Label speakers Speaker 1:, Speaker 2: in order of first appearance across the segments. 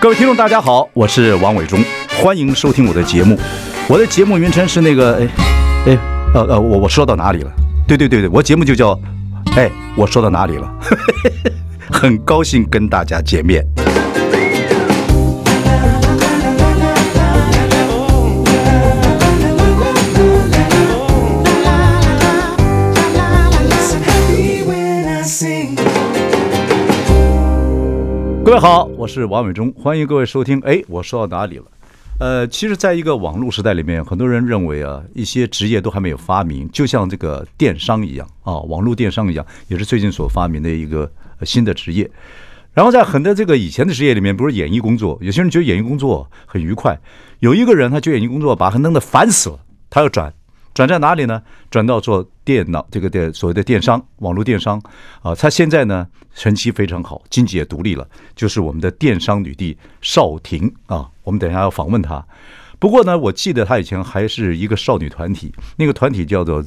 Speaker 1: 各位听众，大家好，我是王伟忠，欢迎收听我的节目。我的节目名称是那个，哎，哎，呃呃，我我说到哪里了？对对对对，我节目就叫，哎，我说到哪里了？ 很高兴跟大家见面。各位好，我是王伟忠，欢迎各位收听。哎，我说到哪里了？呃，其实，在一个网络时代里面，很多人认为啊，一些职业都还没有发明，就像这个电商一样啊，网络电商一样，也是最近所发明的一个呃新的职业。然后在很多这个以前的职业里面，比如演艺工作，有些人觉得演艺工作很愉快，有一个人他觉得演艺工作把他弄得烦死了，他要转，转在哪里呢？转到做电脑这个电所谓的电商、网络电商啊，他现在呢成绩非常好，经济也独立了，就是我们的电商女帝邵婷啊，我们等一下要访问她。不过呢，我记得她以前还是一个少女团体，那个团体叫做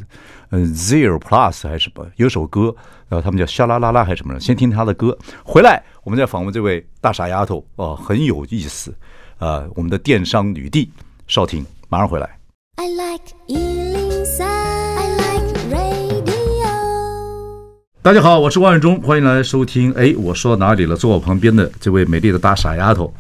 Speaker 1: 嗯 Zero Plus 还是什么，有首歌，然后他们叫沙啦啦啦还是什么的。先听她的歌，回来我们再访问这位大傻丫头啊，很有意思啊，我们的电商女帝邵婷，马上回来。
Speaker 2: I like Ealing Sound. I like radio.
Speaker 1: 大家好，我是万永忠，欢迎来收听。哎，我说到哪里了？坐我旁边的这位美丽的大傻丫 头，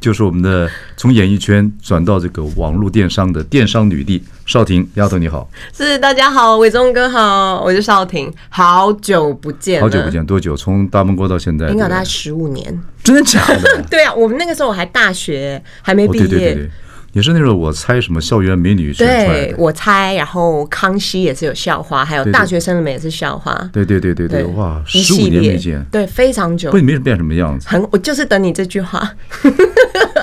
Speaker 1: 就是我们的从演艺圈转到这个网络电商的电商女帝邵婷丫头，你好，
Speaker 3: 是大家好，伟忠哥好，我是邵婷，好久不见了，
Speaker 1: 好久不，见，多久？从大闷锅到现在，
Speaker 3: 应该有大概
Speaker 1: 对
Speaker 3: 十五年。
Speaker 1: 真的假的？
Speaker 3: 对啊，我们那个时候我还大学，还没
Speaker 1: 哦，
Speaker 3: 毕
Speaker 1: 对
Speaker 3: 业。
Speaker 1: 对对对，你是那时候我猜什么校园美女选出来
Speaker 3: 对
Speaker 1: 的？
Speaker 3: 我猜，然后康熙也是有校花，还有
Speaker 1: 对对
Speaker 3: 大学生们也是校花。
Speaker 1: 对对对对对，哇，
Speaker 3: 一
Speaker 1: 十五
Speaker 3: 系
Speaker 1: 年
Speaker 3: 列
Speaker 1: 没见，
Speaker 3: 对，非常久
Speaker 1: 不，，你没变什么样 子？
Speaker 3: 很，我就是等你这句话。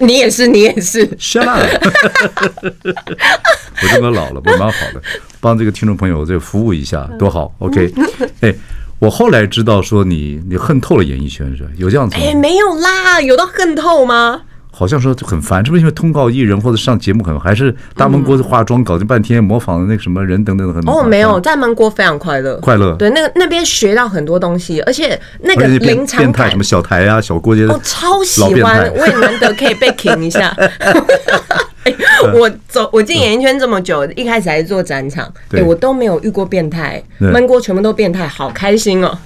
Speaker 3: 你也是，你也是，
Speaker 1: shut up！我这个老了，我蛮好的，帮这个听众朋友这服务一下，
Speaker 3: 嗯
Speaker 1: 多好。OK，哎， 我后来知道说你你恨透了演艺圈是吧？有这样子
Speaker 3: 哎，
Speaker 1: 吗？
Speaker 3: 没有啦，有到恨透吗？
Speaker 1: 好像说很烦，是不是因为通告艺人或者上节目很还是大闷锅子化妆搞这半天模仿那个什么人等等的很
Speaker 3: 哦，没有，，在曼谷非常快乐，
Speaker 1: 嗯快乐
Speaker 3: 对，那个那边学到很多东西，而且那
Speaker 1: 而
Speaker 3: 个
Speaker 1: 且变
Speaker 3: 临场
Speaker 1: 变态
Speaker 3: 感
Speaker 1: 什么，小台啊小郭姐，
Speaker 3: 我哦超喜
Speaker 1: 老变态
Speaker 3: 欢，我也难得可以被 king 一下。哎我走，我进演艺圈这么久，一开始还是做展场，
Speaker 1: 嗯对
Speaker 3: 对我都没有遇过变态，
Speaker 1: 对
Speaker 3: 曼谷全部都变态，好开心哦！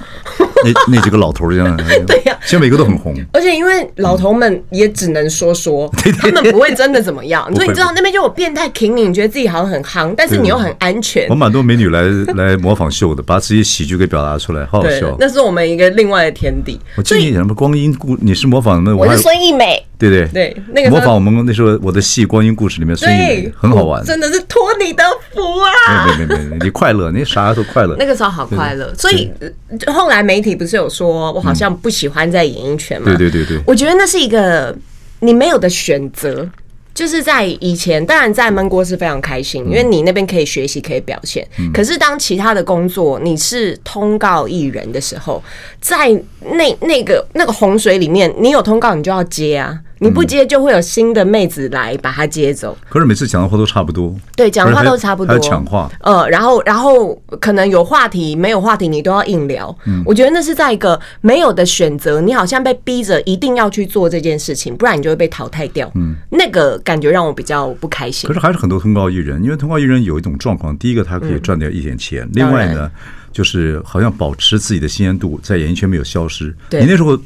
Speaker 1: 那那几个老头儿这 样，对
Speaker 3: 呀
Speaker 1: 现在每个都很红。
Speaker 3: 而且因为老头们也只能说说， 他们不会真的怎 么样，
Speaker 1: 嗯会
Speaker 3: 所以你知道那边就有变态 king 你，你觉得自己好像很夯，但是你又很安全
Speaker 1: 我。蛮多美女来来模仿秀的，把自己喜剧给表达出来，好好
Speaker 3: 对
Speaker 1: 笑，。
Speaker 3: 那是我们一个另外的天地。
Speaker 1: 我记得你什么光阴故，你是模仿什么？我
Speaker 3: 我
Speaker 1: 还
Speaker 3: 是孙艺美，
Speaker 1: 对对
Speaker 3: 对那个
Speaker 1: 模
Speaker 3: 时
Speaker 1: 仿
Speaker 3: 候
Speaker 1: 我们那时候我的戏《光阴故事》里面孙艺
Speaker 3: 对
Speaker 1: 美，很好玩
Speaker 3: 我。真的是托你的福啊！
Speaker 1: 没没没没，你快乐，你啥都快乐。
Speaker 3: 那个时候好快乐，所以呃后来媒体不是有说我好像不喜欢在演艺圈嘛？
Speaker 1: 对对对对
Speaker 3: 我觉得那是一个你没有的选择。就是在以前，当然在闷锅是非常开
Speaker 1: 嗯
Speaker 3: 心，因为你那边可以学习，可以表现。可是当其他的工作你是通告艺人的时候，在那那个那个洪水里面，你有通告你就要接啊，你
Speaker 1: 嗯
Speaker 3: 不接就会有新的妹子来把它接走。
Speaker 1: 可是每次讲的话都差不多。
Speaker 3: 对，讲
Speaker 1: 而
Speaker 3: 话
Speaker 1: 且还
Speaker 3: 都差不多，
Speaker 1: 还有抢话。
Speaker 3: 呃，然后然后可能有话题，没有话题你都要硬聊。
Speaker 1: 嗯
Speaker 3: 我觉得那是在一个没有的选择，你好像被逼着一定要去做这件事情，不然你就会被淘汰掉。嗯，那个感觉让我比较不开心
Speaker 1: 可。是还是很多通告艺人，因为通告艺人有一种状况，第一个他可以赚掉一点钱，另外
Speaker 3: 嗯当
Speaker 1: 呢，就是好像保持自己的新鲜度，在演艺圈没有消失。
Speaker 3: 对
Speaker 1: 你那时候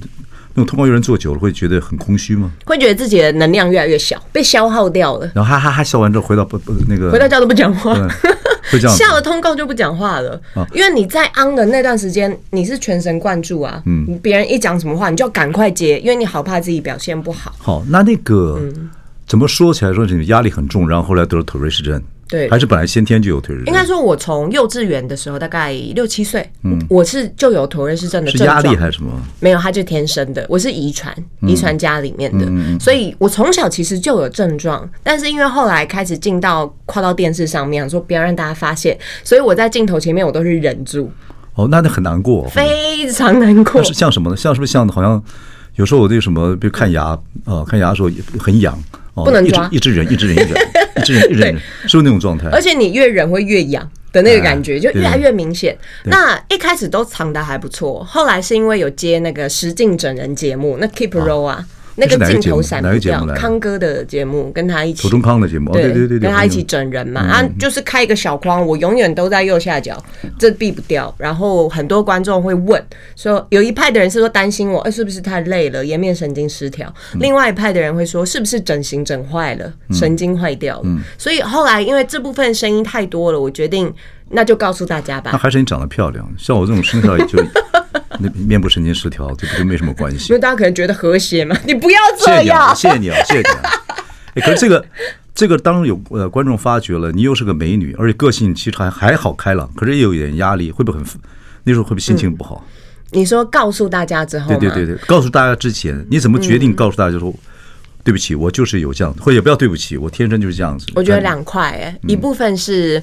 Speaker 1: 那种通告艺人做久了，会觉得很空虚吗？
Speaker 3: 会觉得自己的能量越来越小，被消耗掉了。
Speaker 1: 然后哈哈哈笑完之后回到不不那个
Speaker 3: 回到家都不讲话，
Speaker 1: 嗯会 这样子啊
Speaker 3: 下了通告就不讲话了，因为你在 on 的那段时间，你是全神贯注啊。嗯，别人一讲什么话，你就要赶快接，因为你好怕自己表现不好。
Speaker 1: 好，那那个、
Speaker 3: 嗯
Speaker 1: 怎么说起来说你压力很重，然后后来得了妥瑞氏症，
Speaker 3: 对
Speaker 1: 还是本来先天就有妥瑞氏症？
Speaker 3: 应该说，我从幼稚园的时候，大概六七岁，我是就有妥瑞氏症
Speaker 1: 嗯
Speaker 3: 的
Speaker 1: 是
Speaker 3: 症
Speaker 1: 压
Speaker 3: 状。
Speaker 1: 力嗯还是什么？
Speaker 3: 没有，它就天生的，我是遗传，遗传家里面的，
Speaker 1: 嗯
Speaker 3: 所以我从小其实就有症状，但是因为后来开始进到跨到电视上面，想说不要让大家发现，所以我在镜头前面我都是忍住，
Speaker 1: 哦，那那很难过。
Speaker 3: 非常难过
Speaker 1: 那。是像什么呢？像是不是像好像有时候我那个什么，比如看牙呃，看牙的时候也很痒，哦，
Speaker 3: 不能
Speaker 1: 一直
Speaker 3: 抓
Speaker 1: 一直忍，一直忍，一直忍，一直忍，一直忍，是不是那种状态？
Speaker 3: 而且你越忍会越痒，的那个感觉，就越来
Speaker 1: 哎对
Speaker 3: 越明显。那一开始都藏的还不错，后来是因为有接那个实境整人节目，那 Keep Roll 啊，那
Speaker 1: 是哪个
Speaker 3: 镜
Speaker 1: 节
Speaker 3: 头
Speaker 1: 目
Speaker 3: 闪
Speaker 1: 哪
Speaker 3: 不
Speaker 1: 个节
Speaker 3: 掉
Speaker 1: 目来，的
Speaker 3: 康哥的节目跟他一起
Speaker 1: 楚。中康的节目，哦，对对嗯对对，
Speaker 3: 跟他一起
Speaker 1: 我
Speaker 3: 整人嘛，啊，就是开一个小框，我永远都在右下角，这避不掉。然后很多观众会问说，有一派的人是说担心我，哎，是不是太累了，颜面神经失调；
Speaker 1: 嗯
Speaker 3: 另外一派的人会说，是不是整形整坏了，神经坏掉了。
Speaker 1: 嗯
Speaker 3: 嗯所以后来因为这部分声音太多了，我决定那就告诉大家
Speaker 1: 那
Speaker 3: 吧，
Speaker 1: 还是你长得漂亮，像我这种身材 也就那面部神经失调，这不就没什么关系
Speaker 3: 因？为大家可能觉得和谐嘛，你不要
Speaker 1: 谢
Speaker 3: 这
Speaker 1: 谢你啊，
Speaker 3: 样。
Speaker 1: 谢谢你啊，谢谢你啊。哎，可是这个这个，当有呃观众发觉了，你又是个美女，而且个性其实还还好开朗，可是也有一点压力，会不会很那时候会不会心情不好？
Speaker 3: 你说告诉大家之后
Speaker 1: 对
Speaker 3: 嘛，
Speaker 1: 对对对，告诉大家之前，你怎么决定告诉大家说，哦对不起，我就是有这样，或者也不要对不起，我天生就是这样子。嗯
Speaker 3: 我觉得
Speaker 1: 但
Speaker 3: 两块、欸，一部分是。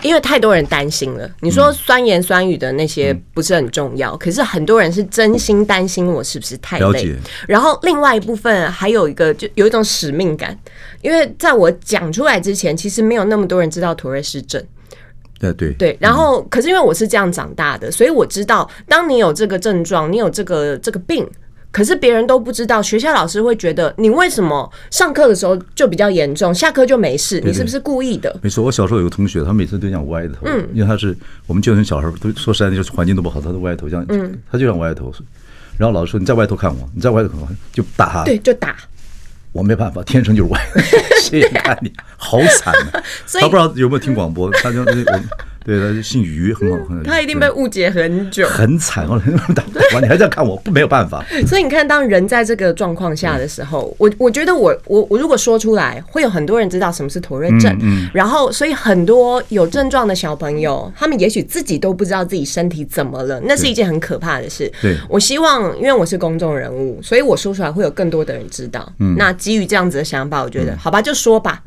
Speaker 3: 因为太多人担心了，你
Speaker 1: 嗯
Speaker 3: 说酸言酸语的那些不是很重要，可是很多人是真心担心我是不是太
Speaker 1: 了
Speaker 3: 累
Speaker 1: 解。
Speaker 3: 然后另外一部分还有一个，就有一种使命感，因为在我讲出来之前，其实没有那么多人知道妥瑞氏症。
Speaker 1: 对对
Speaker 3: 对，然后可是因为我是这样长大的，所以我知道，当你有这个症状，你有这个这个病。可是别人都不知道，学校老师会觉得你为什么上课的时候就比较严重，下课就没事？
Speaker 1: 对
Speaker 3: 你是不是故意的？
Speaker 1: 没错，我小时候有个同学，他每次都想歪着头，因为他是我们就从小孩儿都说实在的，就是环境都不好，他都歪着头，这样，他就想歪着头。然后老师说：“你再歪头看我，你再歪头看我，就打他。”
Speaker 3: 对，就打。
Speaker 1: 我没办法，天生就是歪，谁也看你，好惨 啊！
Speaker 3: 所以
Speaker 1: 他不知道有没有听广播，他就我对他就姓于，很好，很好
Speaker 3: 他一定被
Speaker 1: 对
Speaker 3: 误解很久。
Speaker 1: 很惨，我打打完你还这样看我，不没有办法。
Speaker 3: 所以你看，当人在这个状况下的时候，我我觉得我我我如果说出来，会有很多人知道什么是妥瑞症，
Speaker 1: 嗯
Speaker 3: 然后所以很多有症状的小朋友，他们也许自己都不知道自己身体怎么了，那是一件很可怕的事。
Speaker 1: 对
Speaker 3: 我希望因为我是公众人物，所以我说出来会有更多的人知道。
Speaker 1: 嗯
Speaker 3: 那基于这样子的想法，我觉得好吧，就说吧。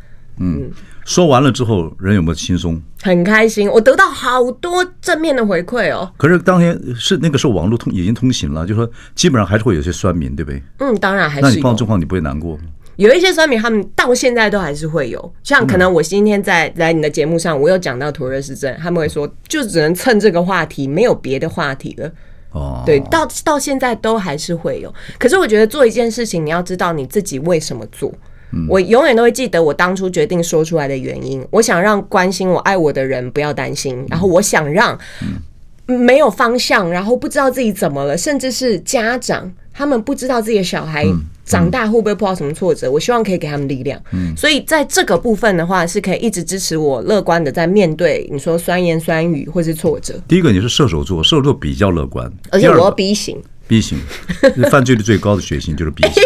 Speaker 1: 说完了之后，人有没有轻松？
Speaker 3: 很开心，我得到好多正面的回馈哦。
Speaker 1: 可是当天是那个时候网络通已经通行了，就说基本上还是会有些酸民，对不对？
Speaker 3: 嗯，当然还
Speaker 1: 那
Speaker 3: 是
Speaker 1: 你碰到
Speaker 3: 有
Speaker 1: 状况，你不会难过吗？
Speaker 3: 有一些酸民，他们到现在都还是会有，像可能我今天在来你的节目上，我有讲到妥瑞氏症，他们会说就只能蹭这个话题，没有别的话题了。
Speaker 1: 哦，
Speaker 3: 对，到到现在都还是会有。可是我觉得做一件事情，你要知道你自己为什么做。
Speaker 1: 嗯
Speaker 3: 我永远都会记得我当初决定说出来的原因。我想让关心我、爱我的人不要担心，然后我想让
Speaker 1: 嗯
Speaker 3: 没有方向，然后不知道自己怎么了，甚至是家长他们不知道自己的小孩
Speaker 1: 嗯
Speaker 3: 长大会不会碰到什么挫折，我希望可以给他们力量。
Speaker 1: 嗯
Speaker 3: 所以在这个部分的话，是可以一直支持我乐观的在面对你说酸言酸语或是挫折，
Speaker 1: 第一个你是射手座，射手座比较乐观，
Speaker 3: 而
Speaker 1: 第
Speaker 3: 且
Speaker 1: 二个
Speaker 3: 我又 B 型。
Speaker 1: B 型， 犯罪率最高的血型就是 B 型，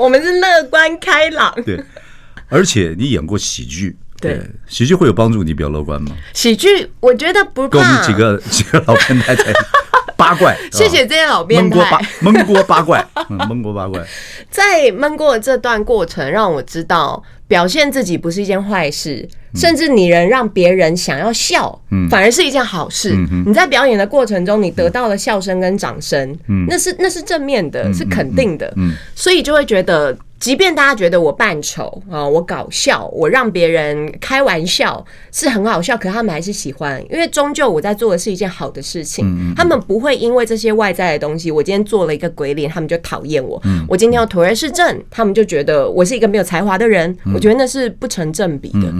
Speaker 3: 我们是乐观开朗，
Speaker 1: 对，而且你演过喜剧。
Speaker 3: 对，
Speaker 1: 喜剧会有帮助你比较乐观吗？
Speaker 3: 喜剧我觉得不
Speaker 1: 跟我
Speaker 3: 怕。
Speaker 1: 们几 个啊几个老变态在八怪，是吧
Speaker 3: 谢谢这些老变
Speaker 1: 蒙锅八
Speaker 3: 态，
Speaker 1: 蒙锅八怪，嗯，蒙锅八怪，
Speaker 3: 在闷过的这段过程，让我知道表现自己不是一件坏事，
Speaker 1: 嗯
Speaker 3: 甚至你能让别人想要笑，反而是一件好事。
Speaker 1: 嗯
Speaker 3: 你在表演的过程中，你得到了笑声跟掌声，
Speaker 1: 嗯
Speaker 3: 那是那是正面的，是肯定的，所以就会觉得。即便大家觉得我扮丑啊、我搞笑，我让别人开玩笑是很好笑，可他们还是喜欢，因为终究我在做的是一件好的
Speaker 1: 嗯
Speaker 3: 事情，他们不会因为这些外在的东西，我今天做了一个鬼脸，他们就讨厌我；我今天有妥瑞氏症，他们就觉得我是一个没有才华的人，
Speaker 1: 嗯
Speaker 3: 我觉得那是不成正比的。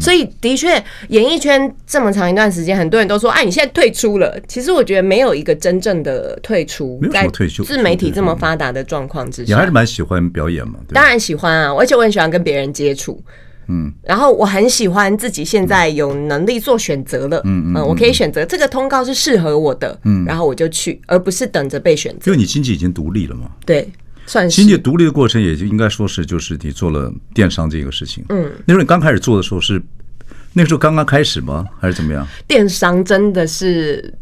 Speaker 3: 所以的确，演艺圈这么长一段时间，很多人都说，哎，你现在退出了。其实我觉得没有一个真正的退出
Speaker 1: 没有，什
Speaker 3: 在
Speaker 1: 么退休
Speaker 3: 自媒体这么发达的状况之
Speaker 1: 你还
Speaker 3: 下
Speaker 1: 是，蛮喜欢表演嘛，对吧
Speaker 3: 当然喜欢啊，而且我很喜欢跟别人接触。嗯，然后我很喜欢自己现在有能力做选择了，嗯嗯，我可以选择这个通告是适合我的，嗯，然后我就去，而不是等着被选
Speaker 1: 因
Speaker 3: 择。
Speaker 1: 为你经济已经独立了嘛，
Speaker 3: 对，算
Speaker 1: 经济
Speaker 3: 是
Speaker 1: 独立的过程也就应该说是就是你做了电商这个事情，嗯，那时候你刚开始做的时候是那个时候刚刚开始吗？还是怎么 样？
Speaker 3: 电商真的是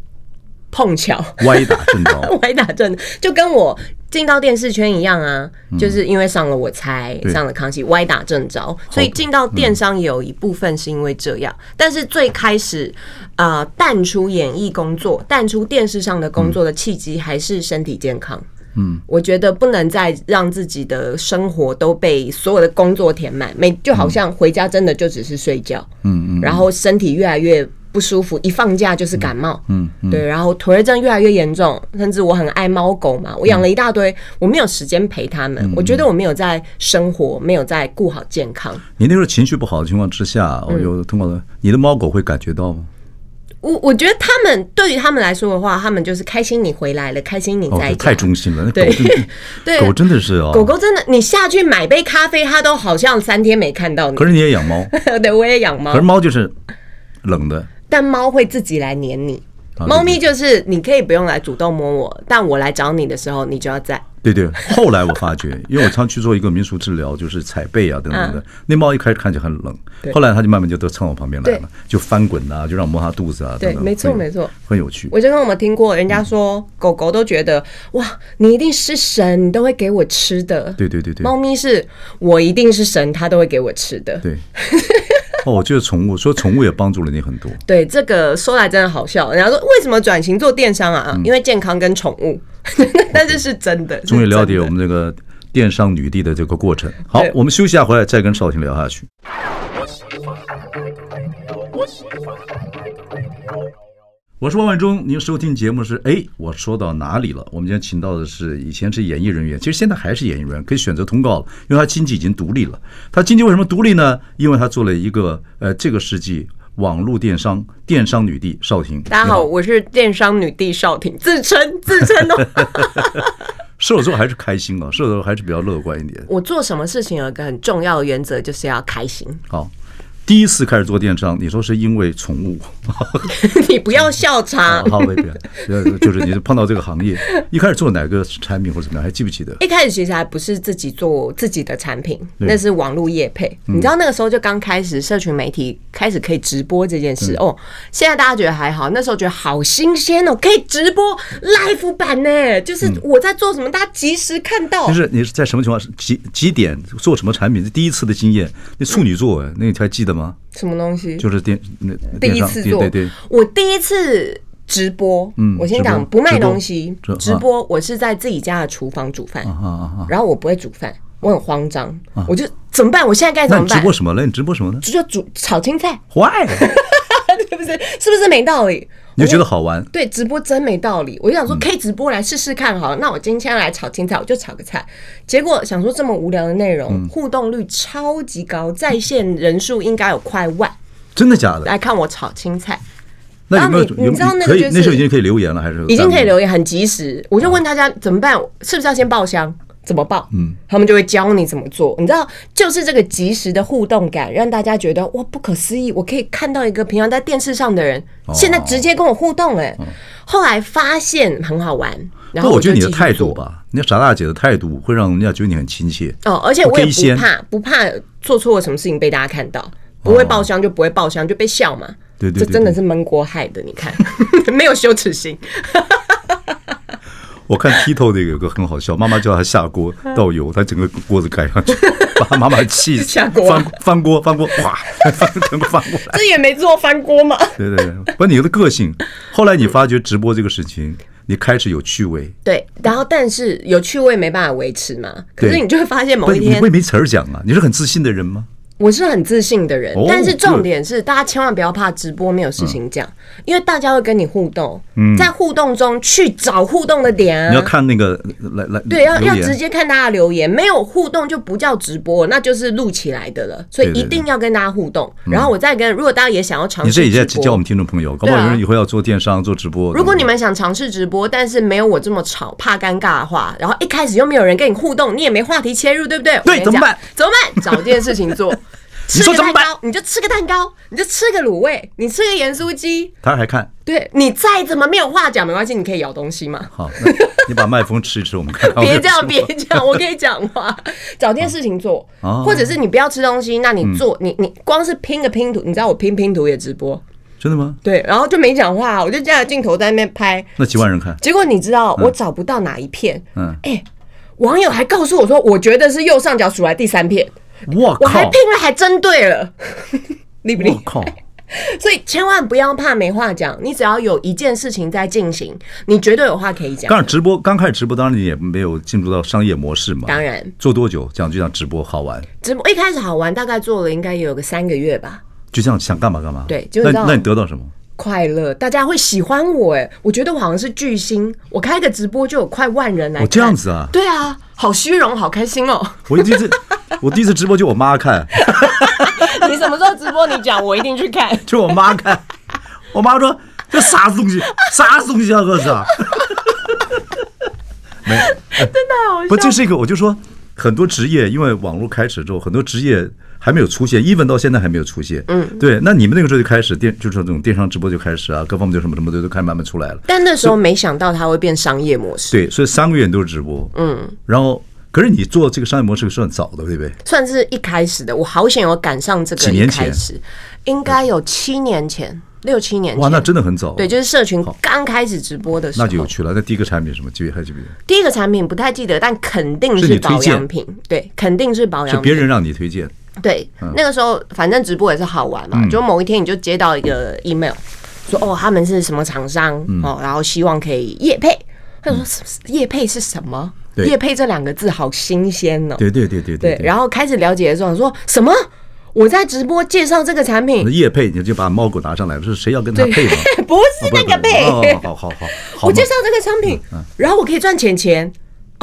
Speaker 3: 碰巧，
Speaker 1: 歪打正着，
Speaker 3: 歪打正就跟我进到电视圈一样啊，就是因为上了我才
Speaker 1: 对
Speaker 3: 上了康熙，歪打正着，所以进到电商有一部分是因为这样，但是最开始呃淡出演艺工作、淡出电视上的工作的契机还是身体健康。嗯，我觉得不能再让自己的生活都被所有的工作填满，每就好像回家真的就只是睡觉，嗯嗯，然后身体越来越。不舒服，一放假就是感冒，嗯，对，然后腿儿症越来越严重，甚至我很爱猫狗嘛，我养了一大堆，我没有时间陪它们，我觉得我没有在生活，没有在顾好健康，
Speaker 1: 你那时候情绪不好的情况之下，
Speaker 3: 嗯
Speaker 1: 我就通过你的猫狗会感觉到吗？
Speaker 3: 我我觉得他们对于他们来说的话，他们就是开心你回来了，开心你
Speaker 1: 哦
Speaker 3: 在，家。
Speaker 1: 太忠心了，那
Speaker 3: 对
Speaker 1: 狗真
Speaker 3: 对
Speaker 1: 狗真的是啊。
Speaker 3: 狗狗真的，你下去买杯咖啡，它都好像三天没看到你
Speaker 1: 可。是你也养 猫，
Speaker 3: 对，我也养猫
Speaker 1: 可是，猫就是冷的，
Speaker 3: 但猫会自己来黏你。
Speaker 1: 啊
Speaker 3: 猫咪就是你可以不用来主动摸我，但我来找你的时候，你就要在。
Speaker 1: 对对。后来我发觉， 因为我常去做一个民俗治疗，就是踩背啊等等的，那猫一开始看起来很冷，
Speaker 3: 嗯对
Speaker 1: 后来它就慢慢就都蹭我旁边来
Speaker 3: 对
Speaker 1: 了，就翻滚啊，就让我摸它肚子啊等
Speaker 3: 对
Speaker 1: 等。
Speaker 3: 没错
Speaker 1: 很有
Speaker 3: 没错，
Speaker 1: 很有趣。
Speaker 3: 我就跟我们听过人家说，狗狗都觉得哇，你一定是神，你都会给我吃的。
Speaker 1: 对对对对
Speaker 3: 猫咪是我一定是神，它都会给我吃的。
Speaker 1: 对。 哦，我觉得宠物，说宠物也帮助了你很多。
Speaker 3: 对，这个说来真的好笑。人家说为什么转型做电商啊？因为健康跟宠物， 但是是真的。
Speaker 1: 嗯终于
Speaker 3: 是真
Speaker 1: 了解
Speaker 3: 的
Speaker 1: 我们这个电商女帝的这个过程。好
Speaker 3: 对，
Speaker 1: 我们休息一下，回来再跟少婷聊下去。我是王伟忠，您收听节目是哎，我说到哪里了？我们今天请到的是以前是演艺人员，其实现在还是演艺人员，可以选择通告了，因为他经济已经独立了。他经济为什么独立呢？因为他做了一个呃这个世纪网络电商电商女帝邵婷。
Speaker 3: 大家
Speaker 1: 你
Speaker 3: 好，，我是电商女帝少婷，自称自称哦。
Speaker 1: 射手座还是开心啊，射手座还是比较乐观一点。
Speaker 3: 我做什么事情有一个很重要的原则，就是要开心。
Speaker 1: 好，哦第一次开始做电商，你说是因为宠物，哦
Speaker 3: 你不要笑场。
Speaker 1: 好，没别，呃 就是你碰到这个行业，一开始做哪个产品或者怎么样，还记不记得？
Speaker 3: 一开始其实还不是自己做自己的产品，
Speaker 1: 对嗯
Speaker 3: 那是网络业配。你知道那个时候就刚开始，社群媒体开始可以直播这件
Speaker 1: 嗯
Speaker 3: 事哦。现在大家觉得还好，那时候觉得好新鲜哦，可以直播 live 版呢，就是我在做什么，大家及时看到
Speaker 1: 嗯就。是你是在什么情况、几几点做什么产品？第一次的经验，那处女座，那你还记得吗？
Speaker 3: 什么东西？
Speaker 1: 就是电那
Speaker 3: 第
Speaker 1: 电
Speaker 3: 一
Speaker 1: 商
Speaker 3: 次
Speaker 1: 对
Speaker 3: 做，
Speaker 1: 对对，
Speaker 3: 我第一次直播，
Speaker 1: 嗯
Speaker 3: 我先
Speaker 1: 直播
Speaker 3: 讲不卖
Speaker 1: 直播
Speaker 3: 东西
Speaker 1: 直，
Speaker 3: 直
Speaker 1: 啊
Speaker 3: 播我是在自己家的厨房煮饭，
Speaker 1: 啊啊啊！
Speaker 3: 然后我不会煮饭，我很慌张，我就怎么办？我现在该
Speaker 1: 那
Speaker 3: 怎么
Speaker 1: 你直
Speaker 3: 办？
Speaker 1: 播什么了？你直播什么呢
Speaker 3: 就就煮炒青菜，
Speaker 1: ？Why？
Speaker 3: 对不对？是不是没道理？
Speaker 1: 你就觉得好玩？
Speaker 3: 对直播真没道理，我就想说可以直播来试试看好了。那我今天来炒青菜，我就炒个菜。结果想说这么无聊的内容，互动率超级高，在线人数应该有快万
Speaker 1: 真的假的？
Speaker 3: 来看我炒青菜。
Speaker 1: 那有没有
Speaker 3: 那你
Speaker 1: 有
Speaker 3: 你知道那个
Speaker 1: 可以
Speaker 3: 就是
Speaker 1: 那时候已经可以留言了，还是
Speaker 3: 已经可以留言很及时。我就问大家怎么办，是不是要先爆箱？怎么爆？嗯，他们就会教你怎么做。你知道，就是这个及时的互动感，让大家觉得哇不可思议，我可以看到一个平常在电视上的人，
Speaker 1: 哦
Speaker 3: 现在直接跟我互动哎、后来发现很好玩，然
Speaker 1: 不，
Speaker 3: 后
Speaker 1: 我觉
Speaker 3: 就
Speaker 1: 得你的
Speaker 3: 继续
Speaker 1: 态度
Speaker 3: 做
Speaker 1: 吧，你那傻大姐的态度会让人家觉得你很亲切。
Speaker 3: 哦，而且
Speaker 1: 不
Speaker 3: 我也
Speaker 1: 可以先
Speaker 3: 不怕不怕做错什么事情被大家看到。不会爆箱就不会爆箱，就被笑嘛。
Speaker 1: 对对对
Speaker 3: 这真的是闷锅害的，你看， 没有羞耻心。
Speaker 1: 我看 Tito 那个有个很好笑，妈妈叫他下锅倒油，他整个锅子盖 上去，把妈妈气死。
Speaker 3: 下锅啊
Speaker 1: 翻翻锅翻锅，哗， 翻整个翻过来。
Speaker 3: 这也没做翻锅嘛。
Speaker 1: 对对对，不，你的个性。后来你发觉直播这个事情，你开始有趣味，
Speaker 3: 对，然后但是有趣味没办法维持嘛。可是
Speaker 1: 对
Speaker 3: 你就会发现某
Speaker 1: 不，
Speaker 3: 一
Speaker 1: 你
Speaker 3: 天
Speaker 1: 会，没词儿讲啊？你是很自信的人吗？
Speaker 3: 我是很自信的人，
Speaker 1: 哦
Speaker 3: 但是重
Speaker 1: good
Speaker 3: 点是大家千万不要怕直播没有事情讲，因为大家会跟你互动，在互动中去找互动的点
Speaker 1: 嗯
Speaker 3: 啊。
Speaker 1: 你要看那个来来，
Speaker 3: 对，要
Speaker 1: 留
Speaker 3: 要
Speaker 1: 言
Speaker 3: 直接看大家留言，没有互动就不叫直播，那就是录起来的了。所以
Speaker 1: 对对嗯
Speaker 3: 一定要跟大家互动。然后我再跟，如果大家也想要尝
Speaker 1: 你
Speaker 3: 试
Speaker 1: 这
Speaker 3: 直
Speaker 1: 也
Speaker 3: 播，
Speaker 1: 在教我们听众朋友，搞不好有人以后要做电商、做直播。
Speaker 3: 如果你们想尝试直播，但是没有我这么吵，怕尴尬的话，然后一开始又没有人跟你互动，你也没话题切入，对不对？
Speaker 1: 对
Speaker 3: 我跟你
Speaker 1: 怎么
Speaker 3: 讲
Speaker 1: 办？
Speaker 3: 怎么办？找件事 情做。吃
Speaker 1: 说
Speaker 3: 个
Speaker 1: 怎么
Speaker 3: 蛋糕，你就吃个蛋糕，你就吃个卤味，你吃个盐酥鸡。
Speaker 1: 他还看
Speaker 3: 对你再怎么没有话讲，没关系，你可以咬东西嘛。
Speaker 1: 好，那你把麦克风吃一吃，哦我们看看。
Speaker 3: 别这样，别这样，我跟你讲话，找件事情做，
Speaker 1: 哦
Speaker 3: 或者是你不要吃东西，那你做，你你光是拼个拼图，你知道我拼拼图也直播，
Speaker 1: 真的吗？
Speaker 3: 对，然后就没讲话，我就架着镜头在那边拍，
Speaker 1: 那几万人看，
Speaker 3: 结果你知道我找不到哪一片，
Speaker 1: 嗯
Speaker 3: 嗯，哎、网友还告诉我说，我觉得是右上角数来第三片，
Speaker 1: 我
Speaker 3: 我还
Speaker 1: 靠
Speaker 3: 拼！了，还真对了，厉不厉
Speaker 1: 我
Speaker 3: 害？
Speaker 1: 靠！
Speaker 3: 所以千万不要怕没话讲，你只要有一件事情在进行，你绝对有话可以讲
Speaker 1: 当。然，直播刚开始直播，当然你也没有进入到商业模式嘛。
Speaker 3: 当然
Speaker 1: 做多久？这样就像直播好玩，
Speaker 3: 直播一开始好玩，大概做了应该也有个三个月吧，
Speaker 1: 就像想干嘛干嘛。
Speaker 3: 对就是
Speaker 1: 那
Speaker 3: 这样
Speaker 1: 那你得到什么？
Speaker 3: 快乐，大家会喜欢我哎，我觉得我好像是巨星，我开个直播就有快万人来看。
Speaker 1: 哦这样子啊
Speaker 3: 对啊，好虚荣，好开心哦！
Speaker 1: 我第一次我第一次直播就我妈看，
Speaker 3: 你什么时候直播？你讲，我一定去看。
Speaker 1: 就我妈 看，我妈说这啥子东西，啥子东西啊，这是啊。 没，哎不，这是一个，我就说很多职业，因为网络开始之后，很多职业还没有出现，even 到现在还没有出现。嗯，对，那你们那个时候就开始啊电，就是这种电商直播就开始啊，各方面就什么什么的都开始慢慢出来了。
Speaker 3: 但那时候没想到它会变商业模式，
Speaker 1: 对，所以三个月你都是直播，嗯，然后可是你做这个商业模式算早的，对不对？
Speaker 3: 算是一开始的。我好险有赶上这个
Speaker 1: 几
Speaker 3: 一
Speaker 1: 年
Speaker 3: 开
Speaker 1: 前
Speaker 3: 始，应该有七年前，六七年前。
Speaker 1: 哇，那真的很早，
Speaker 3: 对，就是社群刚开始直播的时候。
Speaker 1: 那就有趣了。那第一个产品是什么？记不还记不记得？
Speaker 3: 第一个产品不太记得，但肯定
Speaker 1: 是你
Speaker 3: 是
Speaker 1: 推
Speaker 3: 保
Speaker 1: 荐
Speaker 3: 养品，对，肯定是保养
Speaker 1: 是
Speaker 3: 品。
Speaker 1: 别人嗯让你推荐，
Speaker 3: 对，那个时候反正直播也是好玩嘛，就某一天你就接到一个 email，说哦他们是什么厂商、
Speaker 1: 嗯
Speaker 3: 哦，然后希望可以业配。他说什么业配是什么？
Speaker 1: 对
Speaker 3: 业配这两个字好新鲜哦。
Speaker 1: 对对对对
Speaker 3: 对，然
Speaker 1: 后
Speaker 3: 后开始了解的时候想说什么？我在直播介绍这个产
Speaker 1: 那
Speaker 3: 品，
Speaker 1: 叶配你就把猫狗拿上来了，是谁要跟他配吗？
Speaker 3: 不是那个配。
Speaker 1: 哦不 好好好好好，嗯
Speaker 3: 我介绍这个商品，然后我可以赚钱钱。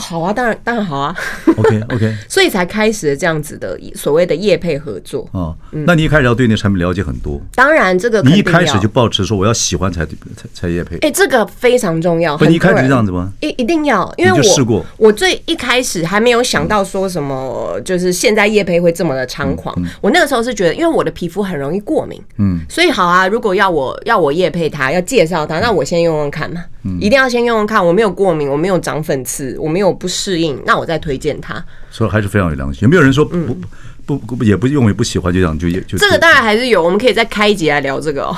Speaker 3: 好啊，当然当然好啊，
Speaker 1: OK OK
Speaker 3: 所以才开始了这样子的所谓的业配合作。
Speaker 1: 哦，那你一开始要对那产品了解很多，
Speaker 3: 当然，这个
Speaker 1: 你一
Speaker 3: 肯定
Speaker 1: 开始
Speaker 3: 嗯要
Speaker 1: 就抱持说我要喜欢才才才叶配，
Speaker 3: 哎、这个非常重要。
Speaker 1: 不是
Speaker 3: 很
Speaker 1: 你一开始
Speaker 3: 多
Speaker 1: 就
Speaker 3: 人
Speaker 1: 这样子吗？
Speaker 3: 一一定要，因为
Speaker 1: 你
Speaker 3: 我
Speaker 1: 就试过
Speaker 3: 我最一开始还没有想到说什么，就是现在叶培会这么的猖狂。
Speaker 1: 嗯
Speaker 3: 我那个时候是觉得，因为我的皮肤很容易过敏，嗯，所以好啊，如果要我要我叶配它，要介绍它，那我先用用看嘛，
Speaker 1: 嗯
Speaker 3: 一定要先用用看。我没有过敏，我没有长粉刺，我没有不适应，那我再推荐它。
Speaker 1: 所以还是非常有良心。有没有人说不不不也不用也不喜欢就这样就也就
Speaker 3: 嗯这个当然还是有，我们可以再开一集来聊这个哦。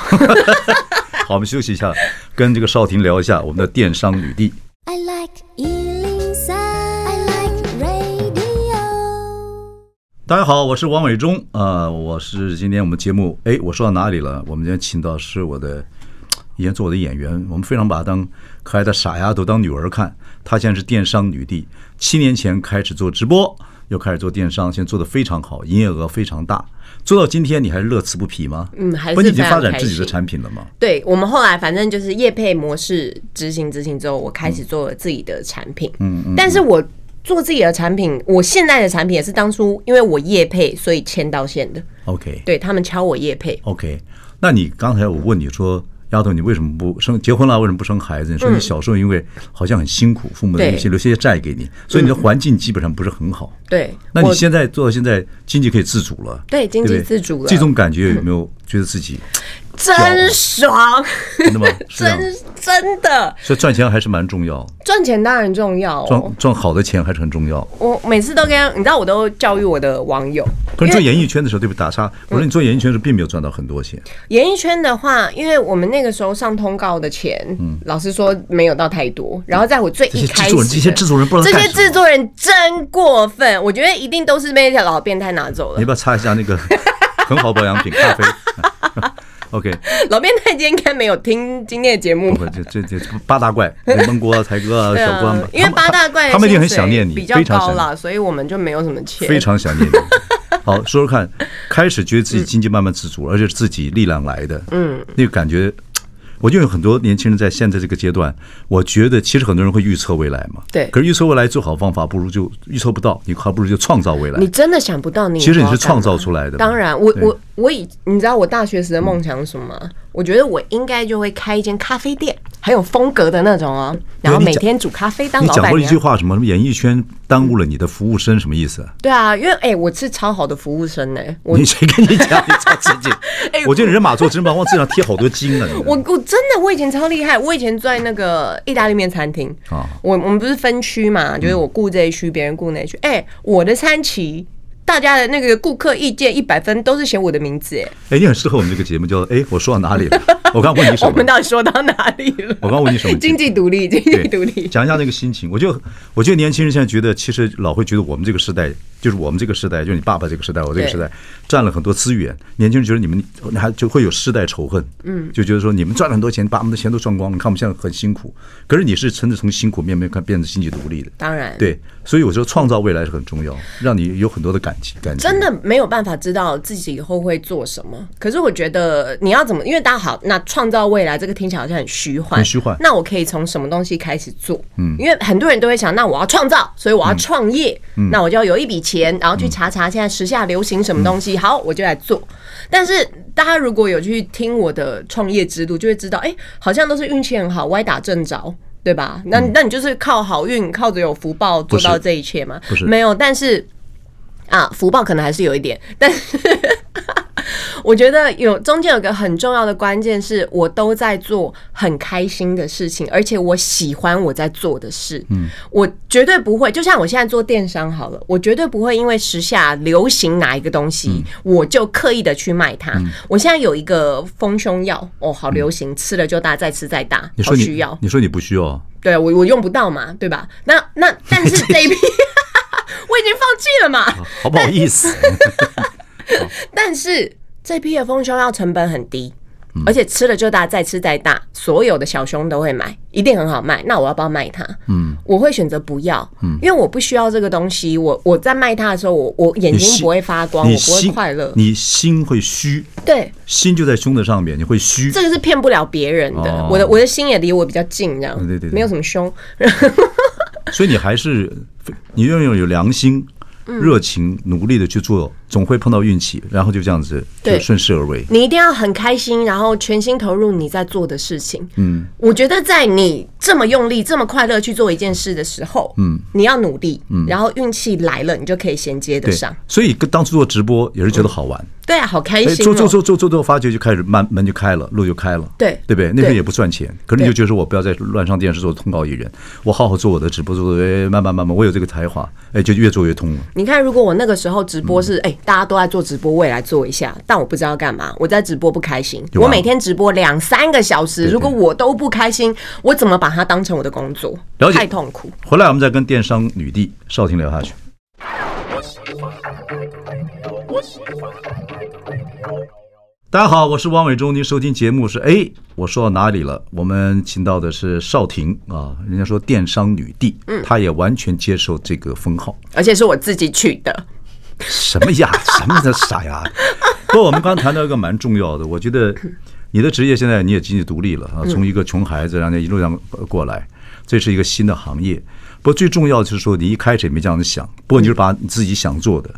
Speaker 1: 好，我们休息一下，跟这个少婷聊一下我们的电商女帝。
Speaker 2: I like Ealing Sound. I like radio.
Speaker 1: 大家好，我是王伟忠，呃，我是今天我们节目，哎，我说到哪里了？我们今天请到是我的，呃以前做我的演员，我们非常把她当可爱的傻丫头当女儿看。她现在是电商女帝，七年前开始做直播，又开始做电商，现在做的非常好，营业额非常大。做到今天，你还是乐此不疲吗？
Speaker 3: 嗯还是
Speaker 1: 不你已经
Speaker 3: 非
Speaker 1: 发
Speaker 3: 常
Speaker 1: 展
Speaker 3: 开
Speaker 1: 自己的
Speaker 3: 心
Speaker 1: 产品了吗？
Speaker 3: 对我们后来反正就是业配模式执行执行之后，我开始做了自己的产品。嗯嗯。但是我做自己的产品，我现在的产品也是当初因为我业配，所以签到线的。
Speaker 1: OK
Speaker 3: 对他们敲我业配，
Speaker 1: OK，那你刚才我问你说，丫头，你为什么不生结婚了？为什么不生孩子？你说你小时候因为好像很辛苦，父母的
Speaker 3: 嗯对嗯
Speaker 1: 一些留些债给你，所以你的环境基本上不是很好。
Speaker 3: 对，
Speaker 1: 那你
Speaker 3: 我
Speaker 1: 现在做到现在，经济可以自主了，
Speaker 3: 对经
Speaker 1: 不
Speaker 3: 济
Speaker 1: 对
Speaker 3: 自主了
Speaker 1: 这种感觉有没有觉得自 己
Speaker 3: 真爽，
Speaker 1: 真的 吗？是这样
Speaker 3: 真，真的
Speaker 1: 所以赚钱还是蛮重要，
Speaker 3: 赚钱当然重要、哦
Speaker 1: 赚。赚好的钱还是很重要。
Speaker 3: 我每次都跟你知道，我都教育我的网友，
Speaker 1: 可是做演艺圈的时候，对不对？打岔，
Speaker 3: 嗯
Speaker 1: 我说你做演艺圈的时候并没有赚到很多钱，
Speaker 3: 演艺圈的话，因为我们那个时候上通告的钱，老实说没有到太多。然后在我最一开始的，
Speaker 1: 嗯这些制作人这些制作人不知道
Speaker 3: 这
Speaker 1: 在干
Speaker 3: 些
Speaker 1: 什么
Speaker 3: 制作人真过分，我觉得一定都是被那条老变态拿走
Speaker 1: 你
Speaker 3: 了
Speaker 1: 要。不要擦一下 那个很好保养品咖啡 ？OK，
Speaker 3: 老变态今天应该没有听今天的节目
Speaker 1: 不
Speaker 3: 吧？
Speaker 1: 会，这这这八大怪，蒙国啊、才哥啊、
Speaker 3: 对
Speaker 1: 小关
Speaker 3: 啊
Speaker 1: 吧，，
Speaker 3: 因为八大怪的
Speaker 1: 他们一定很
Speaker 3: 薪水
Speaker 1: 想念你，
Speaker 3: 比较
Speaker 1: 非常
Speaker 3: 高
Speaker 1: 想念
Speaker 3: 啦，所以我们就没有什么
Speaker 1: 你，
Speaker 3: 钱。
Speaker 1: 非常想念你。好，说说看，开始觉得
Speaker 3: 嗯
Speaker 1: 自己经济慢慢自主了，而且是自己力量来的，嗯，那个感觉，我就有很多年轻人在现在这个阶段，我觉得其实很多人会预测未来嘛，
Speaker 3: 对
Speaker 1: 可是预测未来最好的方法，不如就预测不到，你还不如就创造未来
Speaker 3: 你。真的想不到你
Speaker 1: 其实你是
Speaker 3: 要干嘛
Speaker 1: 创造出来的嘛
Speaker 3: 当然，我
Speaker 1: 对
Speaker 3: 我我以你知道我大学时的梦想是什么吗？我觉得我应该就会开一间咖啡店，很有风格的那种哦。然后
Speaker 1: 对你
Speaker 3: 每
Speaker 1: 讲
Speaker 3: 天煮咖啡当
Speaker 1: 你
Speaker 3: 老
Speaker 1: 讲
Speaker 3: 板
Speaker 1: 过一句
Speaker 3: 娘。
Speaker 1: 话，什么什么演艺圈耽误了你的服务生，什么意思啊？
Speaker 3: 对啊，因为哎、我是超好的服务生呢、我哎
Speaker 1: 你谁跟你讲？你讲 自己，我觉得你人马座真棒，往自己上贴好多金啊！你
Speaker 3: 我我真的我以前超厉害，我以前在那个意大利面餐厅
Speaker 1: 啊嗯
Speaker 3: 我我们不是分区嘛，就是我顾这一区，别人顾那一区。哎、我的餐旗大家的那个顾客意见一百分都是写我的名字，哎，
Speaker 1: 哎，你很适合我们这个节目，叫哎，我说到哪里了？ 我刚啊问你什
Speaker 3: 我
Speaker 1: 么
Speaker 3: 们？到底说到哪里了？
Speaker 1: 我刚问你什么
Speaker 3: 经济独立，经济
Speaker 1: 对，
Speaker 3: 独立。
Speaker 1: 讲一下那个心情。我就我觉得年轻人现在觉得，其实老会觉得我们这个时代，就是我们这个时代，就是你爸爸这个时代，我这个时代占了很多资源。年轻人觉得你们还就会有世代仇恨，嗯，就觉得说你们赚了很多钱，把我们的钱都赚光了，你看我们现在很辛苦。可是你是真的从辛苦面面看变成经济独立的，
Speaker 3: 当然，，
Speaker 1: 对。所以我说创造未来是很重要，让你有很多的感情感情。
Speaker 3: 真的没有办法知道自己以后会做什么。可是我觉得你要怎么，因为大家好，那创造未来这个听起来好像很虚幻，
Speaker 1: 很虚幻
Speaker 3: 那我可以从什么东西开始做？嗯，因为很多人都会想，那我要创造，所以我要创业，
Speaker 1: 嗯
Speaker 3: 那我就要有一笔钱，然后去查查现在时下流行什么东
Speaker 1: 嗯
Speaker 3: 西，好，我就来做。但是大家如果有去听我的创业之路，就会知道，哎、好像都是运气很好，歪打正着。对吧？那那你就是靠好运，靠着有福报做
Speaker 1: 嗯不是
Speaker 3: 到这一切吗？
Speaker 1: 不是
Speaker 3: 没有，但是啊，福报可能还是有一点，但是 我觉得有中间有个很重要的关键是，我都在做很开心的事情，而且我喜欢我在做的事。嗯，我绝对不会，就像我现在做电商好了，我绝对不会因为时下流行哪一个东
Speaker 1: 嗯
Speaker 3: 西，我就刻意的去卖它。我现在有一个丰胸药，哦，好流行，吃了就大，再吃再大，
Speaker 1: 你
Speaker 3: 好
Speaker 1: 说
Speaker 3: 需
Speaker 1: 你
Speaker 3: 要。
Speaker 1: 你说你不需要啊，
Speaker 3: 对我我用不到嘛，对吧？那那但是这一批 我已经放弃了嘛。
Speaker 1: 好不好意思？
Speaker 3: 但是这批的丰胸药成本很低，
Speaker 1: 嗯
Speaker 3: 而且吃了就大，再吃再大，所有的小胸都会买，一定很好卖。那我要不要卖它？嗯，我会选择不要，嗯，因为我不需要这个东西。我我在卖它的时候，我我眼
Speaker 1: 你
Speaker 3: 睛
Speaker 1: 心
Speaker 3: 不会发光，
Speaker 1: 你
Speaker 3: 我不会
Speaker 1: 心
Speaker 3: 快乐。
Speaker 1: 你心会虚，
Speaker 3: 对，
Speaker 1: 心就在胸的上面，你会虚。
Speaker 3: 这个是骗不了别人的。
Speaker 1: 哦
Speaker 3: 我的我的心也离我比较近，这样，
Speaker 1: 嗯对对对
Speaker 3: 没有什么胸。
Speaker 1: 所以你还是你拥有有良心、
Speaker 3: 嗯
Speaker 1: 热情、努力的去做，总会碰到运气，然后就这样子
Speaker 3: 对
Speaker 1: 就顺势而为。
Speaker 3: 你一定要很开心，然后全心投入你在做的事情。嗯，我觉得在你这么用力、这么快乐去做一件事的时候，嗯，你要努力，嗯，然后运气来了，你就可以衔接得
Speaker 1: 对
Speaker 3: 上。，
Speaker 1: 所以跟当初做直播也是觉得好玩，
Speaker 3: 对啊，好开
Speaker 1: 哎，
Speaker 3: 心、
Speaker 1: 做
Speaker 3: 哦。
Speaker 1: 做做做做做，发觉就开始慢门就开了，路就开了，
Speaker 3: 对
Speaker 1: 对不对？那时候
Speaker 3: 对
Speaker 1: 也不赚钱，可是你
Speaker 3: 对
Speaker 1: 就觉得说我不要再乱上电视做通告艺人，我好好做我的直播，做做哎，慢慢慢慢，我有这个才华，哎，就越做越通了。
Speaker 3: 你看，如果我那个时候直播
Speaker 1: 嗯
Speaker 3: 是，哎、大家都在做直播，我也来做一下，但我不知道干嘛，我在直播不开心。
Speaker 1: 有啊
Speaker 3: 我每天直播两三个小时，
Speaker 1: 对
Speaker 3: 如果我都不开心，我怎么把它当成我的工作
Speaker 1: 了？解
Speaker 3: 太痛苦。
Speaker 1: 回来我们再跟电商女帝邵婷聊下去。大家好，我是王伟忠，您收听节目是哎，我说到哪里了？我们请到的是邵婷啊，人家说电商女帝，她也完全接受这个封号。
Speaker 3: 而且是我自己取的，
Speaker 1: 什么呀？什么的傻呀？不过我们刚谈到一个蛮重要的，我觉得你的职业现在你也经济独立了啊，从一个穷孩子，然后一路这样呃过来，这是一个新的行业。不过最重要就是说，你一开始也没这样子想，不过你就把你自己想做的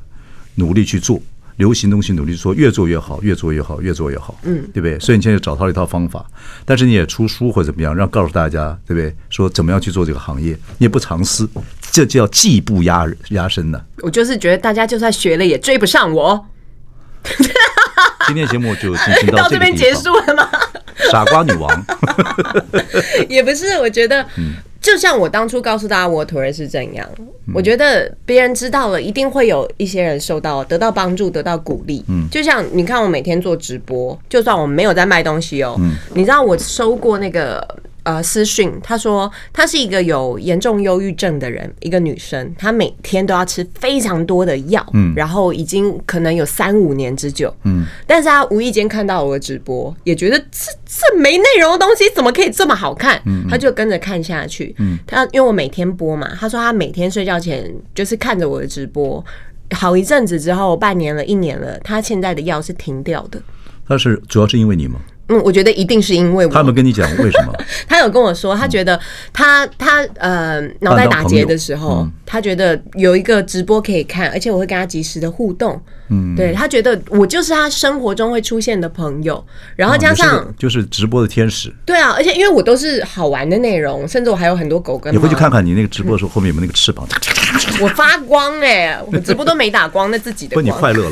Speaker 1: 努力去做，流行东西努力做，越做越好，越做越好，越做越好，嗯，对不对？所以你现在找到了一套方法，但是你也出书或者怎么样，让告诉大家，对不对？说怎么样去做这个行业，你也不藏私，这叫技不压人压身呢、
Speaker 3: 我就是觉得大家就算学了也追不上我。哦
Speaker 1: 今天节目就进行
Speaker 3: 到
Speaker 1: 这个
Speaker 3: 这
Speaker 1: 地
Speaker 3: 边
Speaker 1: 方
Speaker 3: 结束了吗？
Speaker 1: 傻瓜女王，
Speaker 3: 也不是，我觉得，就像我当初告诉大家我的腿是怎样，我觉得别人知道了，一定会有一些人受到得到帮助，得到鼓励。嗯，就像你看，我每天做直播，就算我没有在卖东西哦，你知道我收过那个。呃，私讯她说，她是一个有严重忧郁症的人，一个女生，她每天都要吃非常多的药，嗯，然后已经可能有三五年之久，嗯，但是她无意间看到我的直播，也觉得这这没内容的东西怎么可以这么好看，
Speaker 1: 嗯
Speaker 3: 她就跟着看下去，嗯，她因为我每天播嘛，她说她每天睡觉前就是看着我的直播，好一阵子之后，半年了，一年了，她现在的药是停掉的，
Speaker 1: 她是主要是因为你吗？
Speaker 3: 嗯，我觉得一定是因为我
Speaker 1: 他们跟你讲为什 么？
Speaker 3: 他有跟我说，他觉得他他呃脑袋打结的时
Speaker 1: 嗯
Speaker 3: 候，他觉得有一个直播可以看，而且我会跟他及时的互动。嗯，对他觉得我就是他生活中会出现的朋友，然后加上、
Speaker 1: 啊你是个就是直播的天使，
Speaker 3: 对啊，而且因为我都是好玩的内容，甚至我还有很多狗跟
Speaker 1: 你
Speaker 3: 猫
Speaker 1: 回去看看你那个直播的时候后面有没有那个翅膀，
Speaker 3: 嗯我发光哎、我直播都没打光，那自己的
Speaker 1: 不，
Speaker 3: 光。
Speaker 1: 你快 乐了，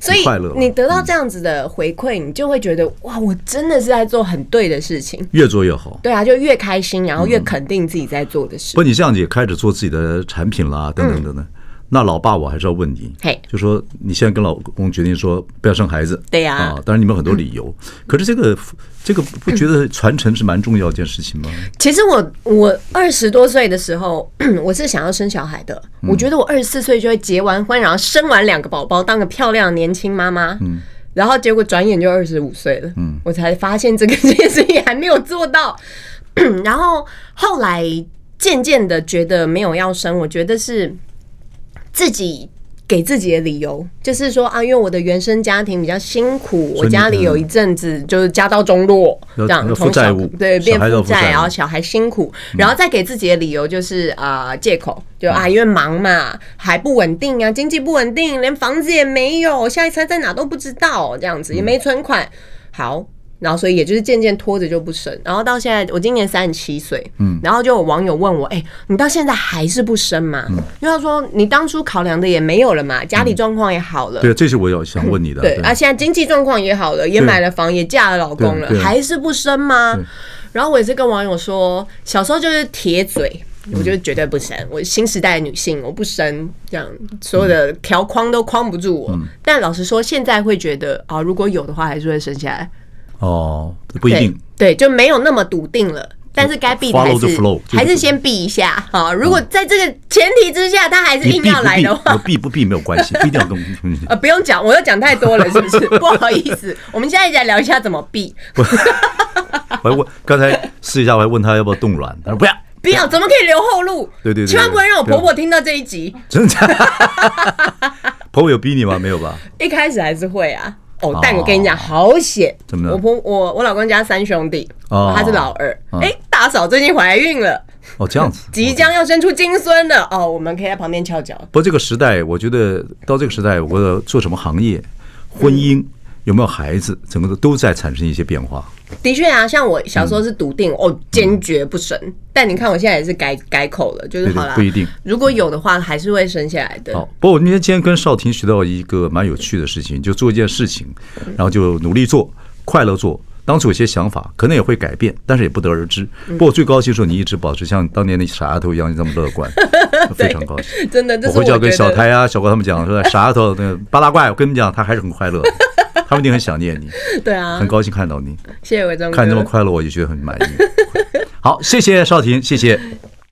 Speaker 3: 所以
Speaker 1: 你快乐了
Speaker 3: 你得到这样子的回馈，你就会觉得哇，我真的是在做很对的事情。
Speaker 1: 越做越好。
Speaker 3: 对啊，就越
Speaker 1: 嗯
Speaker 3: 开心，然后越肯定自己在做的事。
Speaker 1: 不，你这样子也开始做自己的产品啦，等等等等。那老爸，我还是要问你
Speaker 3: 嗯嘿，
Speaker 1: 就说你现在跟老公决定说不要生孩子，
Speaker 3: 对呀嗯
Speaker 1: 啊，当然你们有很多理由，可是这个这个不觉得传承是蛮重要的一件事情吗？
Speaker 3: 其实我我二十多岁的时候， 我是想要生小孩的。
Speaker 1: 嗯
Speaker 3: 我觉得我二十四岁就会结完婚，然后生完两个宝宝，当个漂亮的年轻妈妈。嗯，然后结果转眼就二十五岁了。嗯，我才发现这个这件事情还没有做到。 然后后来渐渐的觉得没有要生，我觉得是自己。给自己的理由就是说啊，因为我的原生家庭比较辛苦，
Speaker 1: 所以
Speaker 3: 我
Speaker 1: 你
Speaker 3: 家里有一阵子就是家道中落，
Speaker 1: 要
Speaker 3: 这样
Speaker 1: 要负
Speaker 3: 从小
Speaker 1: 债务
Speaker 3: 对
Speaker 1: 小
Speaker 3: 变
Speaker 1: 孩都
Speaker 3: 负
Speaker 1: 要负债
Speaker 3: 债，然啊后
Speaker 1: 务
Speaker 3: 小孩辛苦，然后再给自己的理由就是啊、呃借口，就啊因为忙嘛，还不稳定啊，经济不稳定，连房子也没有，下一餐在哪都不知道，这样子也没存款，好。然后，所以也就是渐渐拖着就不生，然后到现在，我今年三十七岁，嗯，然后就有网友问我，哎、你到现在还是不生吗？因为他说你当初考量的也没有了嘛，家里状况也好了，
Speaker 1: 对，这是我要想问你的。
Speaker 3: 对，啊，现在经济状况也好了，也
Speaker 1: 对
Speaker 3: 买了房，也嫁了老公了
Speaker 1: 对，对
Speaker 3: 还是不生吗
Speaker 1: 对？
Speaker 3: 然后我也是跟网友说，小时候就是铁嘴。
Speaker 1: 嗯
Speaker 3: 我就是绝对不生，我新时代的女性，我不生，这样所有的条框都框不住我。
Speaker 1: 嗯
Speaker 3: 但老实说，现在会觉得啊，如果有的话，还是会生下来。
Speaker 1: 哦，不
Speaker 3: 不
Speaker 1: 一定。
Speaker 3: 对，就没有那么笃定了。但是该避的还
Speaker 1: Follow the
Speaker 3: 是
Speaker 1: flow，就是
Speaker 3: 还是先避一下啊。如果在这个前提之下，他还是
Speaker 1: 你
Speaker 3: 硬
Speaker 1: 避
Speaker 3: 要
Speaker 1: 不
Speaker 3: 来
Speaker 1: 避，
Speaker 3: 的话，
Speaker 1: 我避不避没有关系，不一 定要跟我。嗯
Speaker 3: 呃，不用讲，我又讲太多了，是不 是？不好意思，我们现在来聊一下怎么避。
Speaker 1: 我还问，刚才试一下，我还问他要不要冻卵，他说不要，
Speaker 3: 不要，怎么可以留后路？
Speaker 1: 对对对对
Speaker 3: 千万不能让我婆婆听到这一集。
Speaker 1: 真的。 婆婆有逼你吗？没有吧？
Speaker 3: 一开始还是会啊。哦
Speaker 1: 哦，
Speaker 3: 但我跟你讲，好险！
Speaker 1: 怎么了
Speaker 3: 我婆我我老公家三兄弟，
Speaker 1: 哦
Speaker 3: 他是老二。
Speaker 1: 嗯
Speaker 3: 哎，大嫂最近怀孕了，
Speaker 1: 哦，这样子。
Speaker 3: 即将要生出金孙了。哦，我们可以在旁边翘脚。
Speaker 1: 不过这个时代，我觉得到这个时代，我觉得做什么行业、婚姻有没有孩子，整个都都在产生一些变化。
Speaker 3: 的确啊，像我小时候是笃定，
Speaker 1: 嗯
Speaker 3: 哦，坚决不生。但你看我现在也是改改口了，就是
Speaker 1: 对对
Speaker 3: 好啦，
Speaker 1: 不一定
Speaker 3: 如果有的话，还是会生下来的。
Speaker 1: 好，哦不过我那天今天跟少婷学到一个蛮有趣的事情，就做一件事情，然后就努力做，快乐做。当初有些想法可能也会改变，但是也不得而知。不过我最高兴的时候，你一直保持像当年的傻丫头一样这么乐观，非常高兴。
Speaker 3: 真的，这
Speaker 1: 我
Speaker 3: 是我
Speaker 1: 回去要跟
Speaker 3: 觉得
Speaker 1: 小台啊、小郭他们讲说，傻丫头那个八大怪，我跟你们讲，他还是很快乐的，他们一定很想念你，
Speaker 3: 对啊
Speaker 1: 很，高兴看到你。
Speaker 3: 谢谢伟忠哥，
Speaker 1: 看这么快乐，我就觉得很满意。好，谢谢少婷，谢谢。